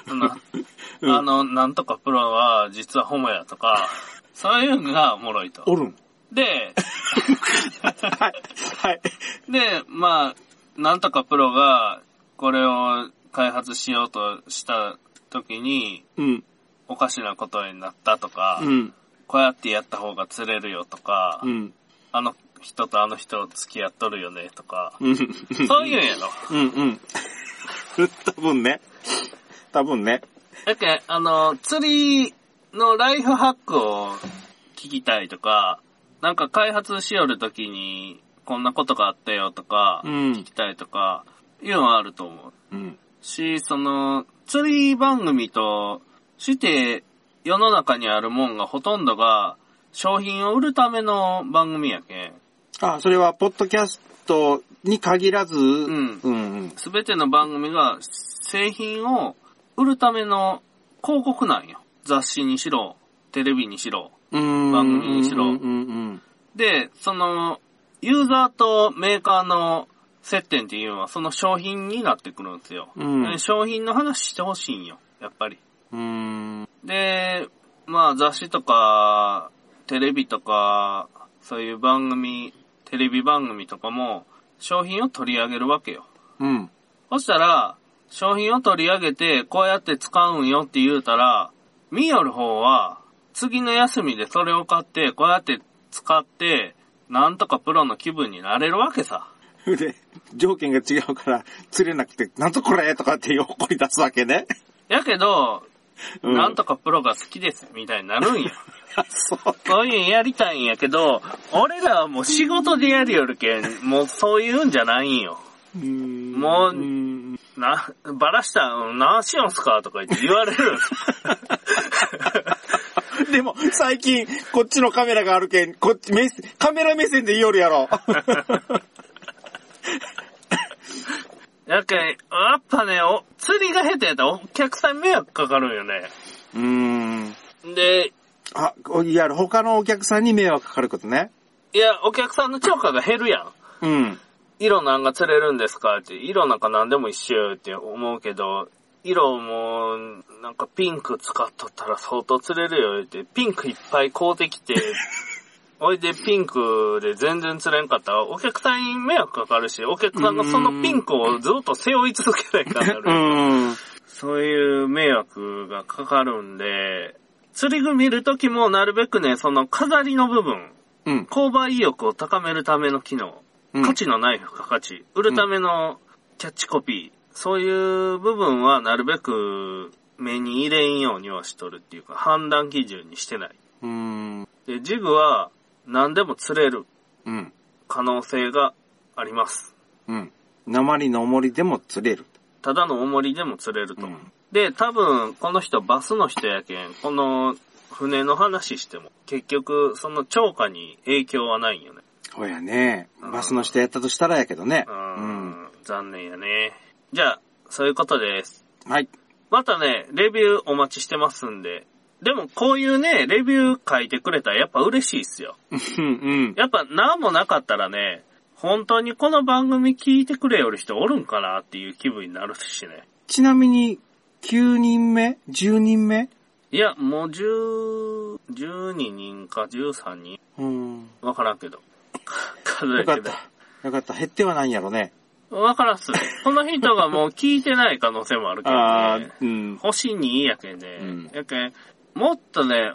Speaker 1: そのあの、なんとかプロは実はホモやとか、そういうのがおもろいと。
Speaker 2: おるん。
Speaker 1: で、
Speaker 2: はい。はい。
Speaker 1: で、まあ、なんとかプロがこれを開発しようとした時に、
Speaker 2: うん。
Speaker 1: おかしなことになったとか、
Speaker 2: うん。
Speaker 1: こうやってやった方が釣れるよとか、
Speaker 2: うん。
Speaker 1: あの人とあの人付き合っとるよねとか、
Speaker 2: うん。
Speaker 1: そういうんやろ。
Speaker 2: うん。うん。多分ね。多分ね。
Speaker 1: だけどあの、釣りのライフハックを聞きたいとか、なんか開発しよるときに、こんなことがあったよとか、
Speaker 2: うん
Speaker 1: 聞きたいとか、いうのはあると思う。
Speaker 2: うん。
Speaker 1: し、その、釣り番組として、世の中にあるもんがほとんどが、商品を売るための番組やけん。
Speaker 2: あ、それは、ポッドキャストに限らず、うんうん、うん。
Speaker 1: すべての番組が製品を売るための広告なんよ。雑誌にしろ、テレビにしろ。
Speaker 2: うん。
Speaker 1: 番組にしろ
Speaker 2: うんうん
Speaker 1: で、その、ユーザーとメーカーの接点っていうのは、その商品になってくるんですよ。
Speaker 2: うん
Speaker 1: で商品の話してほしいんよ、やっぱり。
Speaker 2: うん。うん。
Speaker 1: で、まあ雑誌とか、テレビとか、そういう番組、テレビ番組とかも、商品を取り上げるわけよ。
Speaker 2: うん。
Speaker 1: そしたら、商品を取り上げて、こうやって使うんよって言うたら、見よる方は、次の休みでそれを買って、こうやって使って、なんとかプロの気分になれるわけさ。
Speaker 2: で、条件が違うから釣れなくて、なんとこれとかって怒り出すわけね。
Speaker 1: やけど、
Speaker 2: う
Speaker 1: なんとかプロが好きです、みたいになるんよ。
Speaker 2: あそう。
Speaker 1: そういうんやりたいんやけど、俺らはもう仕事でやるよるけん、もうそういうんじゃないんよ。
Speaker 2: うん
Speaker 1: もう
Speaker 2: うん
Speaker 1: な、ばらしたん、何しよんすかとか言って言われる。
Speaker 2: でも、最近、こっちのカメラがあるけん、こっち、目線カメラ目線で言いよるやろ。
Speaker 1: やけん、やっぱね、お、釣りが下手やったらお客さん迷惑かかるんよね。
Speaker 2: うん。
Speaker 1: で、
Speaker 2: あ、いや、他のお客さんに迷惑かかることね。
Speaker 1: いや、お客さんの超過が減るやん。
Speaker 2: うん。
Speaker 1: 色なんか釣れるんですかって、色なんか何でも一緒よって思うけど、色も、なんかピンク使っとったら相当釣れるよって、ピンクいっぱい買うてきて、おいでピンクで全然釣れんかったら、お客さんに迷惑かかるし、お客さんがそのピンクをずっと背負い続けないからなる。
Speaker 2: ん。
Speaker 1: そういう迷惑がかかるんで、釣り具見るときもなるべくね、その飾りの部分、
Speaker 2: うん。
Speaker 1: 購買意欲を高めるための機能、
Speaker 2: うん
Speaker 1: 価値のない付加価値、売るためのキャッチコピー、そういう部分はなるべく目に入れんようにはしとるっていうか、判断基準にしてない。
Speaker 2: うん。
Speaker 1: で、ジグは何でも釣れる
Speaker 2: うん。
Speaker 1: 可能性があります。
Speaker 2: うん。鉛の重りでも釣れる。
Speaker 1: ただの重りでも釣れると。
Speaker 2: うん
Speaker 1: で、多分、この人バスの人やけん、この船の話しても、結局、その超過に影響はないんよね。
Speaker 2: ほやね。バスの人やったとしたらやけどね。
Speaker 1: う
Speaker 2: うん。
Speaker 1: ん、残念やね。じゃあ、そういうことです。
Speaker 2: はい。
Speaker 1: またね、レビューお待ちしてますんで。でもこういうね、レビュー書いてくれたらやっぱ嬉しいっすよ。
Speaker 2: うんうん。
Speaker 1: やっぱ何もなかったらね、本当にこの番組聞いてくれよる人おるんかなっていう気分になるしね。
Speaker 2: ちなみに、9人目 ?10 人目
Speaker 1: いや、もう10、12人か13人
Speaker 2: うん。
Speaker 1: わからんけど。数
Speaker 2: よ
Speaker 1: え
Speaker 2: か
Speaker 1: て
Speaker 2: っ
Speaker 1: ない。
Speaker 2: た。よかった。減ってはないんやろね。
Speaker 1: わからんっすね。この人がもう聞いてない可能性もあるけど、ね。
Speaker 2: ああ、うん。
Speaker 1: 星2やけんね。
Speaker 2: うん
Speaker 1: やけん、もっとね、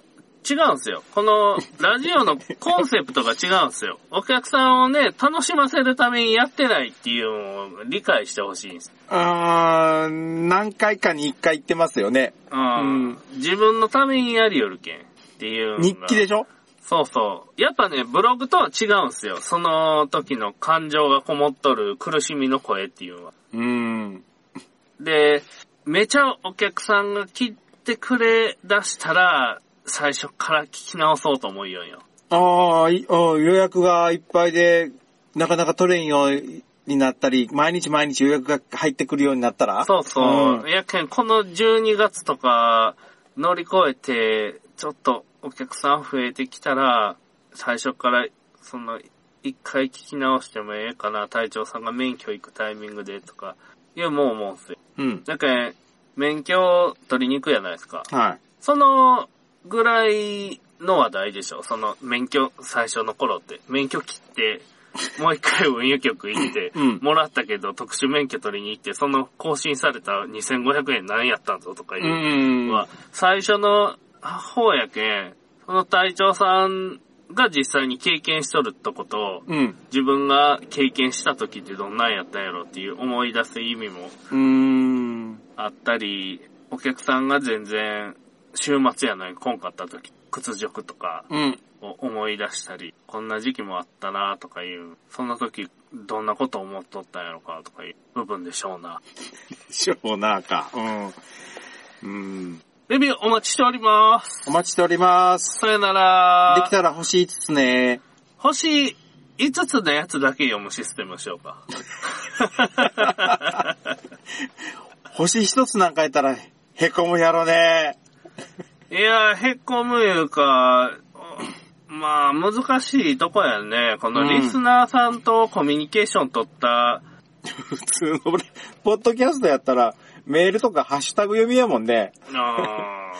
Speaker 1: 違うんすよ。この、ラジオのコンセプトが違うんすよ。お客さんをね、楽しませるためにやってないっていうのを理解してほしいんです。
Speaker 2: あー何回かに1回行ってますよね。
Speaker 1: うん。自分のためにやりよるけんっていうのが
Speaker 2: 日記でしょ
Speaker 1: そうそう。やっぱね、ブログとは違うんすよ。その時の感情がこもっとる苦しみの声っていうのは。
Speaker 2: うん。
Speaker 1: で、めちゃお客さんが切ってくれ出したら、最初から聞き直そうと思うよんよ。
Speaker 2: ああ、いあー予約がいっぱいで、なかなか取れんようになったり、毎日毎日予約が入ってくるようになったら
Speaker 1: そうそう。
Speaker 2: ん
Speaker 1: やけん、この12月とか乗り越えて、ちょっとお客さん増えてきたら、最初から、その、一回聞き直してもええかな、隊長さんが免許行くタイミングでとか、いや、もう思うんすよ。
Speaker 2: うん。
Speaker 1: だけん、免許取りに行くやないですか。
Speaker 2: はい。
Speaker 1: そのぐらいの話題でしょ。その免許最初の頃って。免許切って、もう一回運輸局行って、
Speaker 2: うん。
Speaker 1: もらったけど特殊免許取りに行って、その更新された2500円何やったんぞとかいううんのは、最初の方やけん、その隊長さんが実際に経験しとるとこと、
Speaker 2: うん。
Speaker 1: 自分が経験した時ってどんなんやったんやろっていう思い出す意味も
Speaker 2: うーん。
Speaker 1: あったり、お客さんが全然週末やのに来んかった時、屈辱とか
Speaker 2: うん。
Speaker 1: を思い出したり、こんな時期もあったなとかいう、そんな時どんなこと思っとったんやろかとかいう部分でしょうな。
Speaker 2: しょうなーか。うん。うん。
Speaker 1: レビューお待ちしております。
Speaker 2: お待ちしております。
Speaker 1: さよなら。
Speaker 2: できたら星5つね。
Speaker 1: 星5つのやつだけ読むシステムしようか。
Speaker 2: 星1つなんかやったら、へこむやろね。
Speaker 1: いや、へっこむいうか、まあ、難しいとこやね。このリスナーさんとコミュニケーション取った、
Speaker 2: 普通の、ポッドキャストやったら、メールとかハッシュタグ読みやもんで、
Speaker 1: あ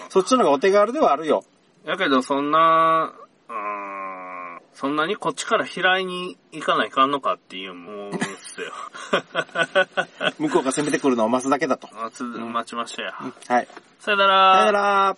Speaker 1: ー
Speaker 2: そっちの方がお手軽ではあるよ。
Speaker 1: やけど、そんな、うーん、そんなにこっちから開いに行かないかんのかっていう、もう、です よ。
Speaker 2: 向こうが攻めてくるのを待つだけだと。
Speaker 1: 待つ待ちましたや。
Speaker 2: はい。
Speaker 1: さよな
Speaker 2: さ
Speaker 1: ら
Speaker 2: よなら。